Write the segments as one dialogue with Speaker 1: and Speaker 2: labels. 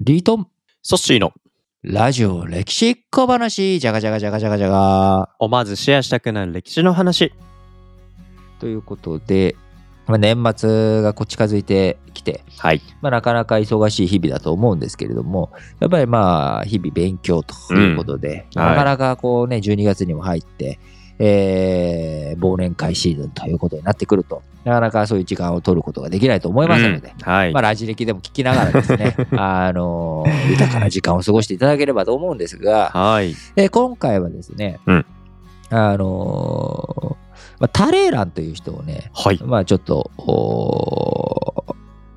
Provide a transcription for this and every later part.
Speaker 1: リートン、
Speaker 2: ソッシーの
Speaker 1: ラジオ歴史小話、じゃがじゃがじゃがじゃがじゃが。
Speaker 2: 思わずシェアしたくなる歴史の話。
Speaker 1: ということで、まあ、年末がこう近づいてきて、
Speaker 2: はい。
Speaker 1: まあ、なかなか忙しい日々だと思うんですけれども、やっぱりまあ、日々勉強ということで、
Speaker 2: うんはい
Speaker 1: なかなかこうね、12月にも入って、えー忘年会シーズンということになってくると、なかなかそういう時間を取ることができないと思いますので、
Speaker 2: うんはい。
Speaker 1: まあ、ラジ歴でも聞きながらです ね、あのー豊かな時間を過ごしていただければと思うんですが、
Speaker 2: はい。
Speaker 1: えー今回はですね、
Speaker 2: うん
Speaker 1: あのーまあ、タレーランという人をね、
Speaker 2: はい。
Speaker 1: まあ、ちょっとおー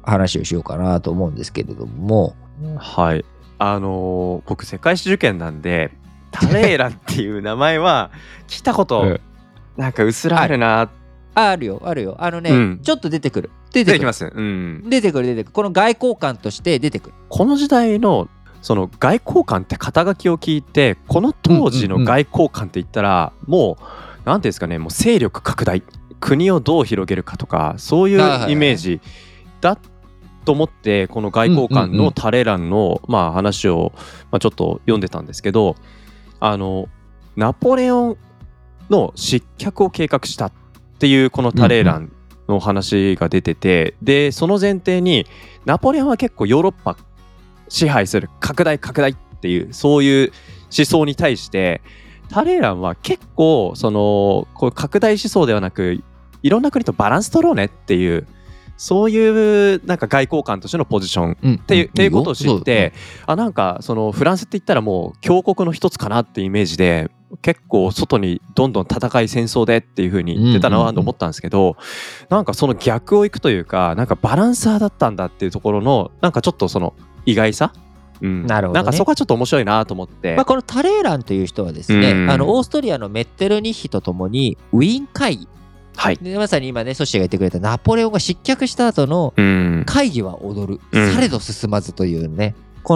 Speaker 1: 話をしようかなと思うんですけれども、
Speaker 2: はい。あのー僕、世界史受験なんで、タレーラっていう名前 は聞いたこ
Speaker 1: う
Speaker 2: と
Speaker 1: ん、
Speaker 2: なんかうすらあるな。
Speaker 1: ああるよ、あるよ、あのね、
Speaker 2: うん
Speaker 1: ちょっと出てくる、出
Speaker 2: 出
Speaker 1: てく
Speaker 2: てき
Speaker 1: る、
Speaker 2: ます。うん。
Speaker 1: 出てくる、出てくる、この外交官として出てくる。
Speaker 2: この時代の、その外交官って肩書きを聞いて、この当時の外交官って言ったら、もう、なんていうんですかね、もう勢力拡大、国をどう広げるかとか、そうい
Speaker 1: はいはいうはい
Speaker 2: イメージだと思って、この外交官
Speaker 1: うんうんう
Speaker 2: の
Speaker 1: ん
Speaker 2: タレランの、まあ、話を、まあ、ちょっと読んでたんですけど、あの、ナポレオンの失脚を計画したっていうこのタレーランの話が出てて、でその前提にナポレオンは結構ヨーロッパ支配する拡大拡大っていうそういう思想に対してタレーランは結構そのこう拡大思想ではなくいろんな国とバランス取ろうねっていうそういうなんか外交官としてのポジション
Speaker 1: っ
Speaker 2: っていうっていうことを知って、あなんかそのフランスって言ったらもう強国の一つかなってイメージで結構外にどんどん戦い戦争でっていう風に言ってた
Speaker 1: うんうんう
Speaker 2: なんと思ったんですけど、なんかその逆をいくというかなんかバランサーだったんだっていうところのなんかちょっとその意外さ、うん
Speaker 1: なるほどね
Speaker 2: んかそこはちょっと面白いなと思って、
Speaker 1: まあ、このタレーランという人はですね、
Speaker 2: うん
Speaker 1: あのオーストリアのメッテルニッヒとともにウィーン会議
Speaker 2: はい、
Speaker 1: でまさに今ねソシエが言ってくれたナポレオンが失脚した後の
Speaker 2: うん
Speaker 1: 会議は踊る、
Speaker 2: うん
Speaker 1: されど進まずというねこ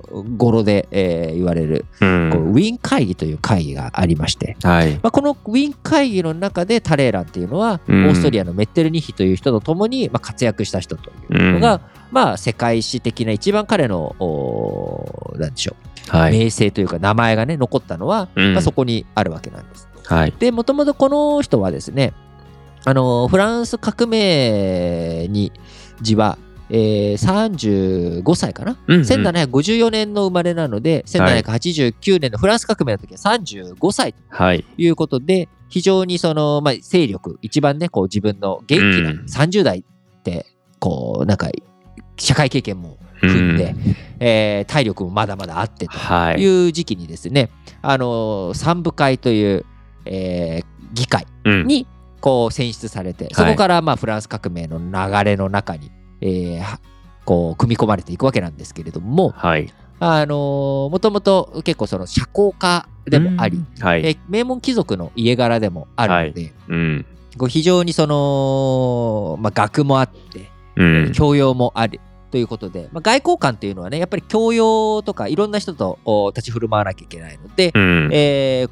Speaker 1: の語呂で、えー言われる、
Speaker 2: うん
Speaker 1: こうウィーン会議という会議がありまして、
Speaker 2: はい
Speaker 1: まあ、このウィーン会議の中でタレーランっていうのは、
Speaker 2: うん
Speaker 1: オーストリアのメッテルニッヒという人と共に、まあ、活躍した人というのが、まあ、世界史的な一番彼のおーなんでしょう
Speaker 2: はい
Speaker 1: 名声というか名前がね残ったのは、
Speaker 2: うん
Speaker 1: まあ、そこにあるわけなんです。
Speaker 2: はい
Speaker 1: でもともとこの人はですねあのフランス革命に時は、えー35歳かな、
Speaker 2: うんうん
Speaker 1: 1754年の生まれなので
Speaker 2: はい
Speaker 1: 1789年のフランス革命の時は35歳と
Speaker 2: はい
Speaker 1: いうことで非常にその、まあ、勢力一番ねこう自分の元気な
Speaker 2: うん
Speaker 1: 30代ってこうなんか社会経験も踏んで、
Speaker 2: うん
Speaker 1: えー体力もまだまだあってと
Speaker 2: はい
Speaker 1: いう時期にですね、あのー三部会という、えー議会
Speaker 2: うん
Speaker 1: にこう選出されて、そこからまあフランス革命の流れの中に、えーはこう組み込まれていくわけなんですけれども、
Speaker 2: はい
Speaker 1: あのー、もともと結構その社交家でもあり、
Speaker 2: は
Speaker 1: え
Speaker 2: い
Speaker 1: ー名門貴族の家柄でもあるので、
Speaker 2: うん
Speaker 1: こう非常にその、まあ、学もあって、
Speaker 2: うん
Speaker 1: 教養もあるということで、まあ、外交官というのはねやっぱり教養とかいろんな人とお立ち振る舞わなきゃいけないので、
Speaker 2: うん
Speaker 1: えー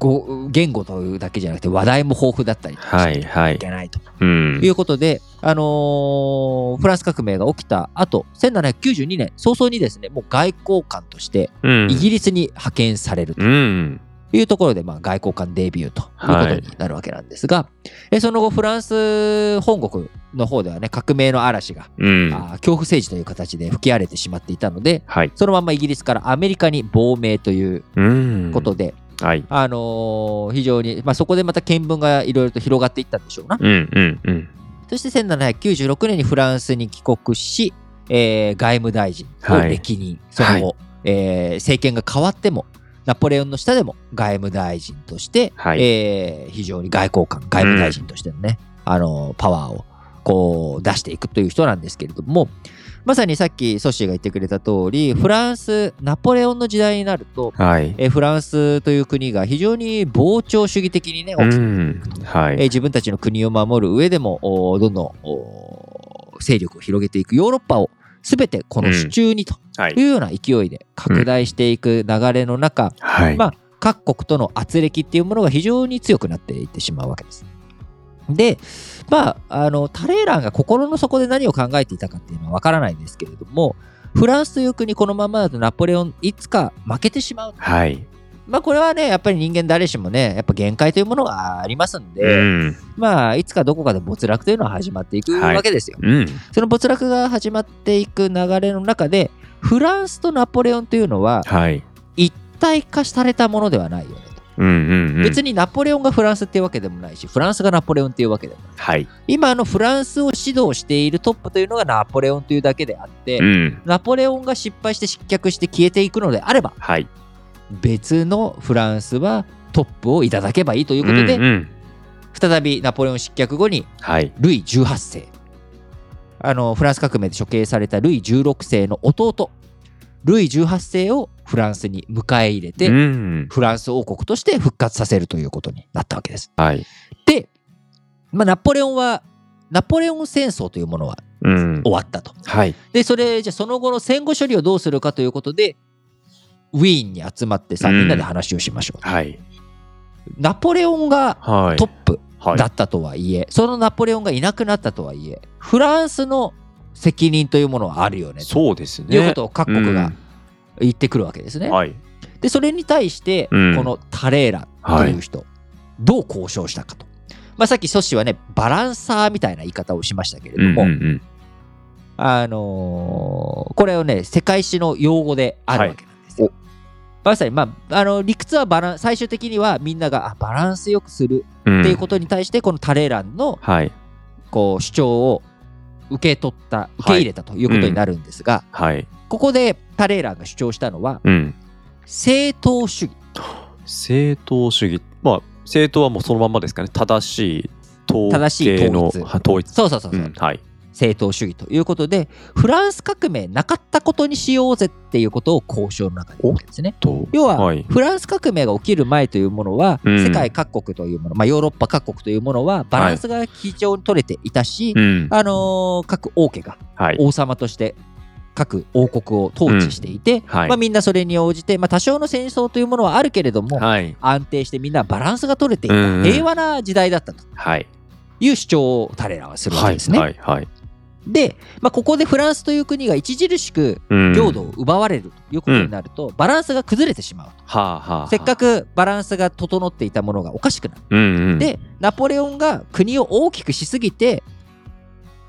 Speaker 1: ご言語というだけじゃなくて話題も豊富だったりとかしな
Speaker 2: は
Speaker 1: い
Speaker 2: はい
Speaker 1: いけないと
Speaker 2: うん
Speaker 1: いうことで、あのーフランス革命が起きた後1792年早々にですねもう外交官として
Speaker 2: うん
Speaker 1: イギリスに派遣されると
Speaker 2: うん
Speaker 1: いうところで、まあ、外交官デビューということになるわけなんですが、えその後フランス本国の方ではね革命の嵐が
Speaker 2: うん
Speaker 1: あー恐怖政治という形で吹き荒れてしまっていたので
Speaker 2: はい
Speaker 1: そのままイギリスからアメリカに亡命という
Speaker 2: うん
Speaker 1: ことで、
Speaker 2: はい
Speaker 1: あのー非常に、まあ、そこでまた見聞がいろいろと広がっていったんでしょうな
Speaker 2: うんうんうん
Speaker 1: そして1796年にフランスに帰国し、えー外務大臣を歴任、その後、えー政権が変わってもナポレオンの下でも外務大臣として、
Speaker 2: はい
Speaker 1: えー非常に外交官外務大臣としてのね、あのパワーをこう出していくという人なんですけれどもまさにさっきソッシーが言ってくれた通りフランスナポレオンの時代になると、
Speaker 2: はい
Speaker 1: えーフランスという国が非常に膨張主義的にね、
Speaker 2: う
Speaker 1: 起き
Speaker 2: んは
Speaker 1: えー
Speaker 2: い
Speaker 1: 自分たちの国を守る上でもおーどんどんおー勢力を広げていくヨーロッパを全てこの手中にと
Speaker 2: はい
Speaker 1: いうような勢いで拡大していく流れの中、
Speaker 2: はい
Speaker 1: まあ、各国との圧力っていうものが非常に強くなっていってしまうわけです。で、まあ、あのタレーランが心の底で何を考えていたかっていうのはわからないんですけれども、フランスという国このままだとナポレオンいつか負けてしまう。
Speaker 2: はい。
Speaker 1: まあこれはね、やっぱり人間誰しもね、やっぱ限界というものがありますん
Speaker 2: う
Speaker 1: で、
Speaker 2: ん。
Speaker 1: まあいつかどこかで没落というのは始まっていく
Speaker 2: はい
Speaker 1: わけですよ。
Speaker 2: うん。
Speaker 1: その没落が始まっていく流れの中で、フランスとナポレオンというのは
Speaker 2: はい。
Speaker 1: 一体化されたものではないよねと。
Speaker 2: うんうんうん。
Speaker 1: 別にナポレオンがフランスっていうわけでもないし、フランスがナポレオンっていうわけでもない。
Speaker 2: はい。
Speaker 1: 今あのフランスを指導しているトップというのがナポレオンというだけであって、
Speaker 2: うん。
Speaker 1: ナポレオンが失敗して失脚して消えていくのであれば、
Speaker 2: はい。
Speaker 1: 別のフランスはトップをいただけばいいということで、
Speaker 2: うんうん
Speaker 1: 再びナポレオン失脚後に
Speaker 2: はい。
Speaker 1: ルイ18世あのフランス革命で処刑されたルイ16世の弟ルイ18世をフランスに迎え入れて、
Speaker 2: うん。
Speaker 1: フランス王国として復活させるということになったわけです。
Speaker 2: はい。
Speaker 1: で、まあ、ナポレオンはナポレオン戦争というものは
Speaker 2: うん。
Speaker 1: 終わったと。
Speaker 2: はい。
Speaker 1: でそれじゃあその後の戦後処理をどうするかということでウィーンに集まってさ
Speaker 2: うん
Speaker 1: みんなで話をしましょう。
Speaker 2: はい。
Speaker 1: ナポレオンが
Speaker 2: はい。
Speaker 1: トップ
Speaker 2: はい
Speaker 1: だったとはいえ、そのナポレオンがいなくなったとはいえフランスの責任というものはあるよねと
Speaker 2: そうですね。
Speaker 1: いうことを各国が言ってくるわけですね。
Speaker 2: うんはい。
Speaker 1: でそれに対して、
Speaker 2: うん
Speaker 1: このタレーラという人、どう交渉したかと。まあ、さっきソシはねバランサーみたいな言い方をしましたけれども、
Speaker 2: うんうんうん
Speaker 1: あのーこれをね世界史の用語であるわけなんですよ。まさに、まあ、あの理屈はバラン最終的にはみんながあバランスよくする
Speaker 2: うん
Speaker 1: っていうことに対して、このタレーランの
Speaker 2: はい。
Speaker 1: こう主張を受け取った受け入れたということになるんですが、
Speaker 2: はい。
Speaker 1: ここでタレーランが主張したのは
Speaker 2: うん。
Speaker 1: 正当主義
Speaker 2: 正当主義。まあ、正当はもうそのまんまですかね。正しい統
Speaker 1: 正しい
Speaker 2: 計の
Speaker 1: 統一
Speaker 2: は統一。
Speaker 1: そうそうそうそう、
Speaker 2: うんはい。
Speaker 1: 正当主義ということでフランス革命なかったことにしようぜっていうことを交渉の中で言うわけですね。
Speaker 2: と
Speaker 1: 要は、
Speaker 2: はい。
Speaker 1: フランス革命が起きる前というものは、
Speaker 2: うん
Speaker 1: 世界各国というもの、まあ、ヨーロッパ各国というものはバランスが非常に取れていたし、
Speaker 2: うん。
Speaker 1: あのー各王家が
Speaker 2: はい。
Speaker 1: 王様として各王国を統治していて、
Speaker 2: はい
Speaker 1: まあ、みんなそれに応じて、まあ、多少の戦争というものはあるけれども、
Speaker 2: はい。
Speaker 1: 安定してみんなバランスが取れていた、
Speaker 2: うんうん
Speaker 1: 平和な時代だったと
Speaker 2: はい。
Speaker 1: いう主張をタレラはするわけですね。
Speaker 2: はい。はい。
Speaker 1: で、まあ、ここでフランスという国が著しく
Speaker 2: うん
Speaker 1: 領土を奪われるということになると、バランスが崩れてしまう。
Speaker 2: はあはあ。
Speaker 1: せっか
Speaker 2: く。
Speaker 1: くバランスが整っていたものがおかしくなる。
Speaker 2: うんうん。
Speaker 1: で、ナポレオンが国を大きくしすぎて、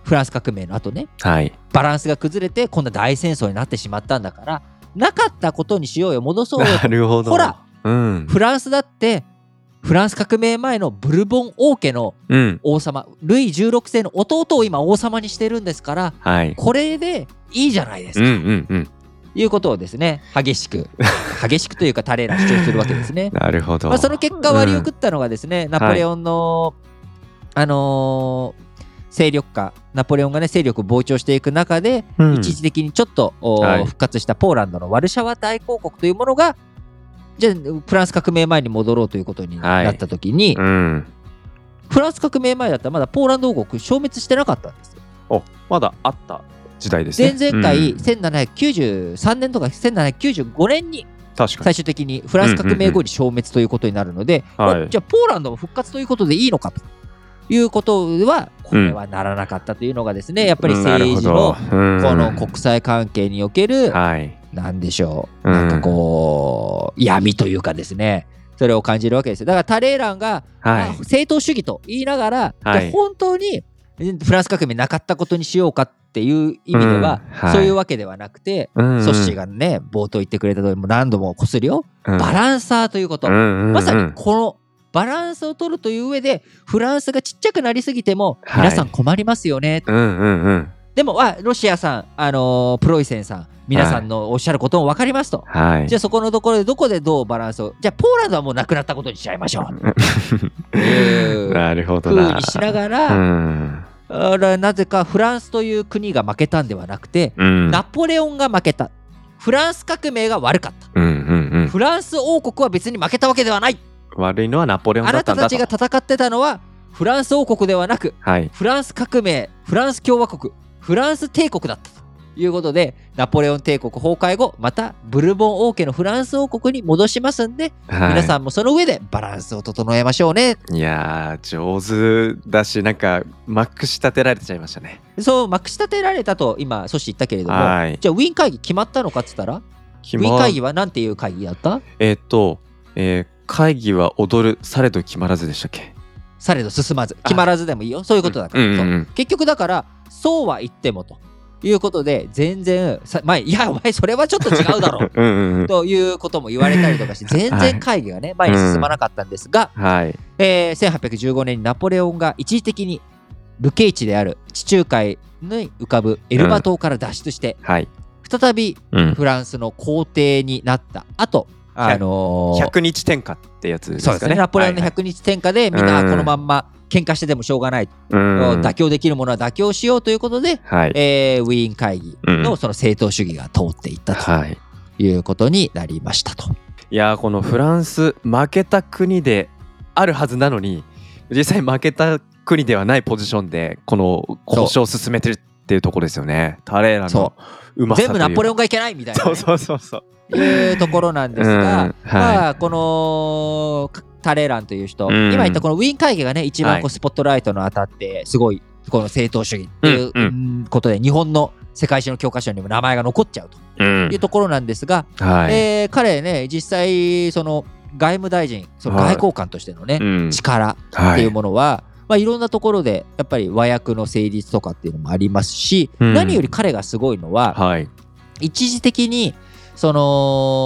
Speaker 1: フランス革命の後ね、
Speaker 2: はい。
Speaker 1: バランスが崩れて、こんな大戦争になってしまったんだから、なかったことにしようよ、戻そうよ。
Speaker 2: なるほど。
Speaker 1: ほら。
Speaker 2: うん。
Speaker 1: フランスだって、フランス革命前のブルボン王家の
Speaker 2: うん。
Speaker 1: 王様、ルイ16世の弟を今王様にしてるんですから、
Speaker 2: はい。
Speaker 1: これでいいじゃないです
Speaker 2: うん
Speaker 1: か。
Speaker 2: うんうん。
Speaker 1: いうことをですね、激し く、激しくというか、タレーラ主張するわけですね。
Speaker 2: なるほど。
Speaker 1: まあ、その結果割り送ったのがですね、ナポレオンの、あのー勢力化ナポレオンがね勢力を膨張していく中で、
Speaker 2: うん
Speaker 1: 一時的にちょっと、おー
Speaker 2: はい
Speaker 1: 復活したポーランドのワルシャワ大公国というものがじゃあフランス革命前に戻ろうということに
Speaker 2: はい
Speaker 1: なった時に、
Speaker 2: うん。
Speaker 1: フランス革命前だったらまだポーランド王国消滅してなかったんですよ。
Speaker 2: お、まだあった時代ですね。
Speaker 1: 前々回、
Speaker 2: うん
Speaker 1: 1793年とか1795年に
Speaker 2: 確かに。
Speaker 1: 最終的にフランス革命後に消滅ということになるので、
Speaker 2: うんうんうん
Speaker 1: まあ
Speaker 2: はい
Speaker 1: じゃあポーランドも復活ということでいいのかということはこれはならなかったというのがですね、やっぱり政治の
Speaker 2: なるほ
Speaker 1: こ
Speaker 2: どう
Speaker 1: の
Speaker 2: ん
Speaker 1: 国際関係における
Speaker 2: はい。
Speaker 1: なんでしょう
Speaker 2: うん
Speaker 1: なんかこう闇というかですねそれを感じるわけですよだからタレーランが、
Speaker 2: は
Speaker 1: まあ
Speaker 2: い。
Speaker 1: 正当主義と言いながら、
Speaker 2: はい
Speaker 1: じゃあ本当にフランス革命なかったことにしようかっていう意味では、
Speaker 2: うんはい
Speaker 1: そういうわけではなくて、
Speaker 2: うん
Speaker 1: ソッシーがね冒頭言ってくれた通りもう何度もこするよバランサーということ、
Speaker 2: ン
Speaker 1: まさにこのバランスを取るという上でフランスがちっちゃくなりすぎても
Speaker 2: はい
Speaker 1: 皆さん困りますよね、
Speaker 2: うんうんうん。
Speaker 1: でもあロシアさん、あのープロイセンさん皆さんのおっしゃることも分かりますと、
Speaker 2: はい。
Speaker 1: じゃあそこのところでどこでどうバランスをじゃあポーランドはもうなくなったことにしちゃいましょうという
Speaker 2: なるほど
Speaker 1: 風
Speaker 2: な。
Speaker 1: にしなが
Speaker 2: う
Speaker 1: ら、
Speaker 2: ん。
Speaker 1: あらなぜかフランスという国が負けたんではなくて、
Speaker 2: うん。
Speaker 1: ナポレオンが負けたフランス革命が悪かった
Speaker 2: うんうん
Speaker 1: フランス王国は別に負けたわけではない
Speaker 2: うん。悪いのはナポレオン
Speaker 1: あ
Speaker 2: だ
Speaker 1: な
Speaker 2: っ
Speaker 1: た
Speaker 2: たんだ
Speaker 1: た
Speaker 2: と
Speaker 1: ちが。戦ってたのはフランス王国ではなく
Speaker 2: はい。
Speaker 1: フランス革命フランス共和国フランス帝国だったということで、ナポレオン帝国崩壊後、またブルボン王家のフランス王国に戻しますんで、
Speaker 2: はい
Speaker 1: 皆さんもその上でバランスを整えましょうね。
Speaker 2: いやー上手だしなんかマックス立てられちゃいましたね
Speaker 1: そう、まくし立てられたと今、阻止言ったけれども、
Speaker 2: はい
Speaker 1: じゃあウィーン会議決まったのかっつったら、ウィーン会議はなんていう会議だった
Speaker 2: えーっと、えー会議は踊るされど決まらずでしたっけ
Speaker 1: されど進まず、決まらずでもいいよ。そういうことだから。
Speaker 2: うんうんうん。
Speaker 1: そう結局だから、そうは言ってもということで、全然、さ前、いや、お前それはちょっと違うだろう
Speaker 2: うんうんうん
Speaker 1: ということも言われたりとかして、全
Speaker 2: は
Speaker 1: 然
Speaker 2: い
Speaker 1: 会議がね、前に進まなかったんですが、
Speaker 2: はい
Speaker 1: えー1815年にナポレオンが一時的にルケイ地である地中海に浮かぶエルバ島から脱出して、
Speaker 2: はい、
Speaker 1: 再び
Speaker 2: うん、
Speaker 1: フランスの皇帝になった後、あのー
Speaker 2: 100日転嫁ってやつです
Speaker 1: そう
Speaker 2: かね
Speaker 1: ですねナポレオンの
Speaker 2: はい
Speaker 1: 100日転嫁で、みん
Speaker 2: う
Speaker 1: なんこのまんま喧嘩してでもしょうがない、
Speaker 2: はいうん
Speaker 1: 妥協できるものは妥協しようということで、
Speaker 2: はい
Speaker 1: えーウィーン会議
Speaker 2: う
Speaker 1: の
Speaker 2: ん
Speaker 1: その正当主義が通っていったと
Speaker 2: はい
Speaker 1: いうことになりましたと。
Speaker 2: いやーこのフランス負けた国であるはずなのに実際負けた国ではないポジションでこの交渉を進めてるっていうところですよねタレーラ
Speaker 1: そ
Speaker 2: のうまさ
Speaker 1: 全部ナポレオン
Speaker 2: ン
Speaker 1: がいけないみたいな
Speaker 2: そ
Speaker 1: ね、
Speaker 2: うそうそうそう
Speaker 1: いうところなんですが、
Speaker 2: うん
Speaker 1: ま
Speaker 2: は
Speaker 1: あ、このかタレーランという人、
Speaker 2: うん
Speaker 1: 今言ったこのウィーン会議がね、一番
Speaker 2: は
Speaker 1: こう
Speaker 2: い
Speaker 1: スポットライトの当たって、すごいこの正当主義っていう
Speaker 2: うんう
Speaker 1: うんことで、日本の世界史の教科書にも名前が残っちゃうと
Speaker 2: い、うん
Speaker 1: いうところなんですが、
Speaker 2: はい、
Speaker 1: えー彼ね、実際、その外務大臣、その
Speaker 2: はい
Speaker 1: 外交官としてのね、
Speaker 2: うん
Speaker 1: 力っ
Speaker 2: は
Speaker 1: ていうものは、まあ、いろんなところでやっぱり和訳の成立とかっていうのもありますし、
Speaker 2: うん
Speaker 1: 何より彼がすごいのは、
Speaker 2: はい
Speaker 1: 一時的にそ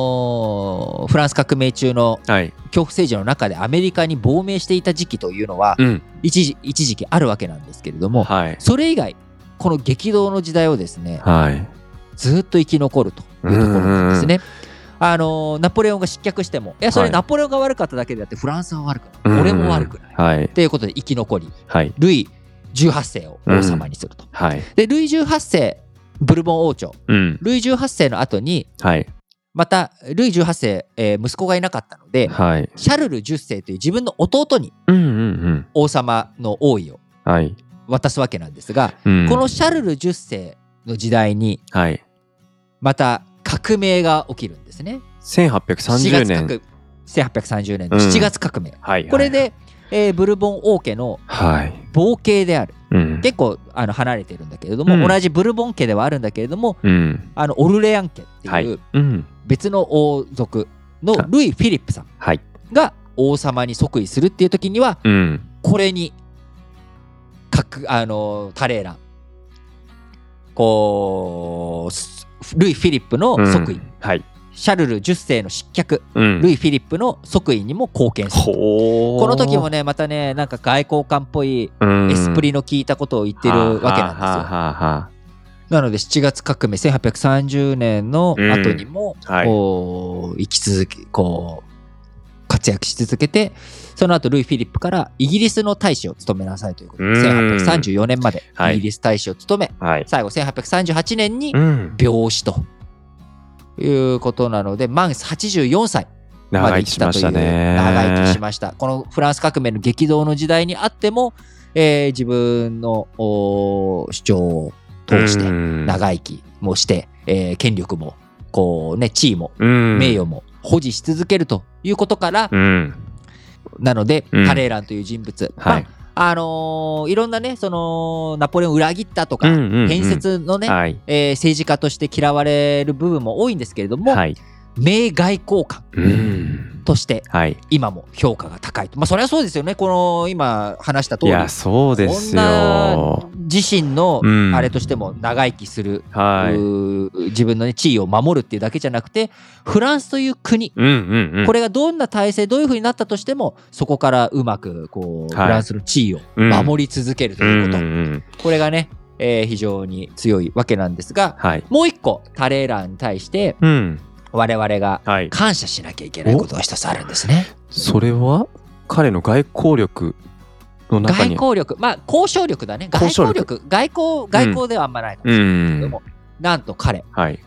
Speaker 1: のフランス革命中の
Speaker 2: はい
Speaker 1: 恐怖政治の中でアメリカに亡命していた時期というのは
Speaker 2: うん
Speaker 1: 一時一時期あるわけなんですけれども
Speaker 2: はい
Speaker 1: それ以外この激動の時代をですね
Speaker 2: はい
Speaker 1: ずっと生き残るというところなんですね。あのーナポレオンが失脚してもいやそれ
Speaker 2: はい
Speaker 1: ナポレオンが悪かっただけであってフランスは悪く
Speaker 2: うん
Speaker 1: な
Speaker 2: う
Speaker 1: い
Speaker 2: ん
Speaker 1: 俺も悪くないっ
Speaker 2: はい
Speaker 1: ていうことで生き残り
Speaker 2: はい
Speaker 1: ルイ18世を王様にすると。
Speaker 2: はい
Speaker 1: でルイ18世ブルボン王朝
Speaker 2: うん
Speaker 1: ルイ18世の後に
Speaker 2: はい
Speaker 1: またルイ18世、えー息子がいなかったので
Speaker 2: はい
Speaker 1: シャルル10世という自分の弟に
Speaker 2: うんうんうん
Speaker 1: 王様の王位を
Speaker 2: はい
Speaker 1: 渡すわけなんですが、
Speaker 2: うん
Speaker 1: このシャルル10世の時代に
Speaker 2: はい
Speaker 1: また革命が起きるんですね。
Speaker 2: 1830年
Speaker 1: 7月革1830年の
Speaker 2: うん
Speaker 1: 7月革命。
Speaker 2: はい
Speaker 1: これで、えーブルボン王家の
Speaker 2: はい
Speaker 1: 傍系である
Speaker 2: うん
Speaker 1: 結構あの離れてるんだけれども、
Speaker 2: うん
Speaker 1: 同じブルボン家ではあるんだけれども
Speaker 2: うん
Speaker 1: あのオルレアン家って
Speaker 2: はい
Speaker 1: いう
Speaker 2: うん
Speaker 1: 別の王族のルイ・フィリップさん
Speaker 2: はい
Speaker 1: が王様に即位するっていう時には
Speaker 2: うん
Speaker 1: これにかくあのタレーランこうすルイ・フィリップの即位、
Speaker 2: うんはい
Speaker 1: シャルル10世の失脚
Speaker 2: うん
Speaker 1: ルイ・フィリップの即位にも貢献する
Speaker 2: ほう
Speaker 1: この時もねまたねなんか外交官っぽい
Speaker 2: うん
Speaker 1: エスプリの効いたことを言ってるわけなんですよ、
Speaker 2: はあはあは
Speaker 1: なので7月革命1830年の後にも、
Speaker 2: うんはい
Speaker 1: こう生き続けこう活躍し続けてその後ルイ・フィリップからイギリスの大使を務めなさいということで
Speaker 2: うん
Speaker 1: 1834年まで
Speaker 2: はい
Speaker 1: イギリス大使を務め、
Speaker 2: あはい
Speaker 1: 最後1838年に
Speaker 2: うん
Speaker 1: 病死ということなので満84歳ま
Speaker 2: 長
Speaker 1: で生
Speaker 2: 生き
Speaker 1: き
Speaker 2: したま
Speaker 1: と
Speaker 2: し
Speaker 1: いう
Speaker 2: たね
Speaker 1: 長生きしましたこのフランス革命の激動の時代にあっても、えー自分のおー主張を通して
Speaker 2: うん
Speaker 1: 長生きもして、えー権力もこう、ね、地位も
Speaker 2: うん
Speaker 1: 名誉も保持し続けるということから、
Speaker 2: うん
Speaker 1: なので、
Speaker 2: うん
Speaker 1: タレーランという人物、
Speaker 2: はい
Speaker 1: まああのーいろんなねそのナポレオンを裏切ったとか、
Speaker 2: うんうんうん
Speaker 1: 変説のね、
Speaker 2: はい
Speaker 1: えー政治家として嫌われる部分も多いんですけれども、
Speaker 2: はい
Speaker 1: 名外交官
Speaker 2: うん
Speaker 1: として
Speaker 2: はい
Speaker 1: 今も評価が高いとまあそれはそうですよねこの今話した通
Speaker 2: い
Speaker 1: り
Speaker 2: やそうですよ
Speaker 1: 女自身の
Speaker 2: うん
Speaker 1: あれとしても長生きする
Speaker 2: はいう
Speaker 1: ー自分の、ね、地位を守るっていうだけじゃなくてフランスという国
Speaker 2: うんうんうん
Speaker 1: これがどんな体制どういうふうになったとしてもそこからうまくこう、
Speaker 2: はい
Speaker 1: フランスの地位を
Speaker 2: うん
Speaker 1: 守り続けるということ、
Speaker 2: うんうんうん
Speaker 1: これがね、えー非常に強いわけなんですが
Speaker 2: はい
Speaker 1: もう一個タレーランに対して
Speaker 2: うん
Speaker 1: 我々が
Speaker 2: はい
Speaker 1: 感謝しなきゃいけないことが一つあるんですね。
Speaker 2: それは彼の外交力の中
Speaker 1: 外
Speaker 2: に
Speaker 1: 交力まあ交渉力だね外
Speaker 2: 交渉
Speaker 1: 交
Speaker 2: 力
Speaker 1: 力外交外交ではあんまないかもしれないけれども、なんと彼
Speaker 2: はい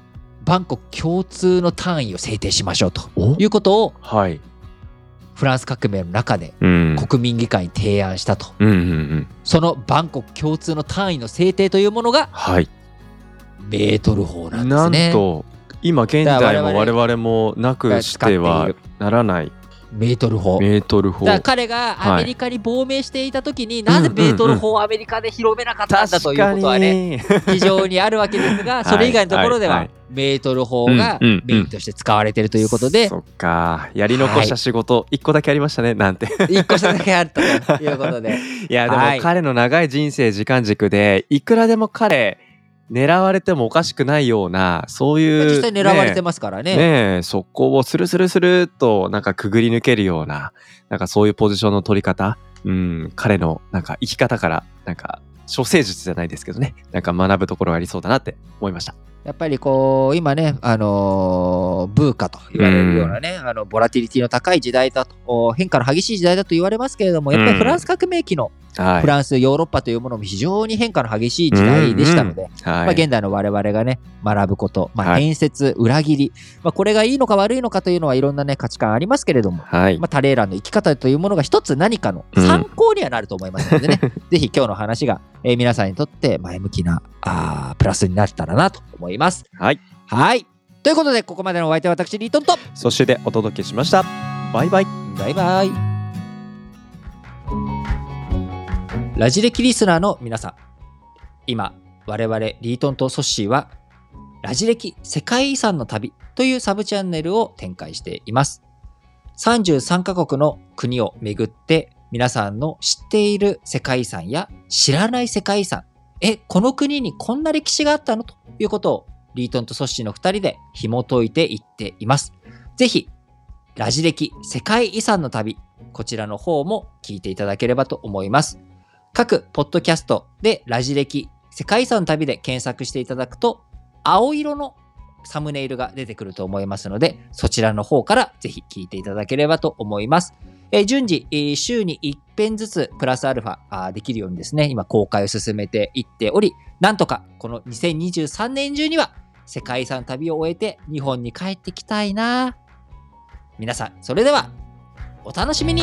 Speaker 1: バンコク共通の単位を制定しましょうと
Speaker 2: お
Speaker 1: いうことを
Speaker 2: はい
Speaker 1: フランス革命の中で
Speaker 2: うん
Speaker 1: 国民議会に提案したと
Speaker 2: うんうんうん
Speaker 1: その万国共通の単位の制定というものが
Speaker 2: はい
Speaker 1: メートル法なんで
Speaker 2: な
Speaker 1: すね。
Speaker 2: んと今現在
Speaker 1: だ
Speaker 2: も
Speaker 1: から
Speaker 2: 我々もなくしてはならない
Speaker 1: メートル法。だ
Speaker 2: メートル法
Speaker 1: から彼がアメリカに亡命していた時に、なぜメートル法をアメリカで広めなかったんだということはね、非常にあるわけですが、
Speaker 2: い
Speaker 1: それ以外のところで
Speaker 2: はい
Speaker 1: は
Speaker 2: はい
Speaker 1: メートル法が
Speaker 2: うんうんうん
Speaker 1: メインとして使われてるということで、
Speaker 2: そっかやり残した仕事一個だけありましたねな んて
Speaker 1: 一個下だけあるということで、
Speaker 2: いやでも
Speaker 1: はい
Speaker 2: 彼の長い人生時間軸でいくらでも彼狙われてもおかしくないようなそういう
Speaker 1: 実際狙われて
Speaker 2: ね
Speaker 1: ますからね。
Speaker 2: ねえ速攻をスルスルスルっとなんかくぐり抜けるようななんかそういうポジションの取り方うん彼のなんか生き方からなんか処世術じゃないですけどねなんか学ぶところがありそうだなって思いました
Speaker 1: やっぱりこう、今ね、あのーブーカと言われるようなね、あのボラティリティの高い時代だと、お変化の激しい時代だと言われますけれども、やっぱ
Speaker 2: うん
Speaker 1: りフランス革命期の
Speaker 2: はい
Speaker 1: フランス、ヨーロッパというものも非常に変化の激しい時代でしたので、
Speaker 2: うんうんはい
Speaker 1: まあ、現代の我々がね、学ぶこと、まあ、
Speaker 2: はい
Speaker 1: 変説、裏切り、まあ、これがいいのか悪いのかというのはいろんなね、価値観ありますけれども、
Speaker 2: はい
Speaker 1: まあ、タレーランの生き方というものが一つ何かの
Speaker 2: うん
Speaker 1: 参考にはなると思いますので ね、ぜひ今日の話が、えー皆さんにとって前向きなあープラスになったらなと思います。
Speaker 2: はい
Speaker 1: はい。ということで、ここまでのお相手は私、リートンと、
Speaker 2: そしてでお届けしましたバイバイ
Speaker 1: バイバイ。ラジ歴リスナーの皆さん、今、我々リートンとソッシーは、ラジ歴世界遺産の旅というサブチャンネルを展開しています。33カ国の国を巡って、皆さんの知っている世界遺産や知らない世界遺産、え、この国にこんな歴史があったのということを、リートンとソッシーの2人で紐解いていっています。ぜひ、ラジ歴世界遺産の旅、こちらの方も聞いていただければと思います。各ポッドキャストでラジ歴世界遺産の旅で検索していただくと、青色のサムネイルが出てくると思いますので、そちらの方からぜひ聞いていただければと思います。えー順次、えー週に1編ずつプラスアルファあーできるようにですね、今公開を進めていっており、なんとかこの2023年中には世界遺産の旅を終えて日本に帰ってきたいなぁ皆さんそれではお楽しみに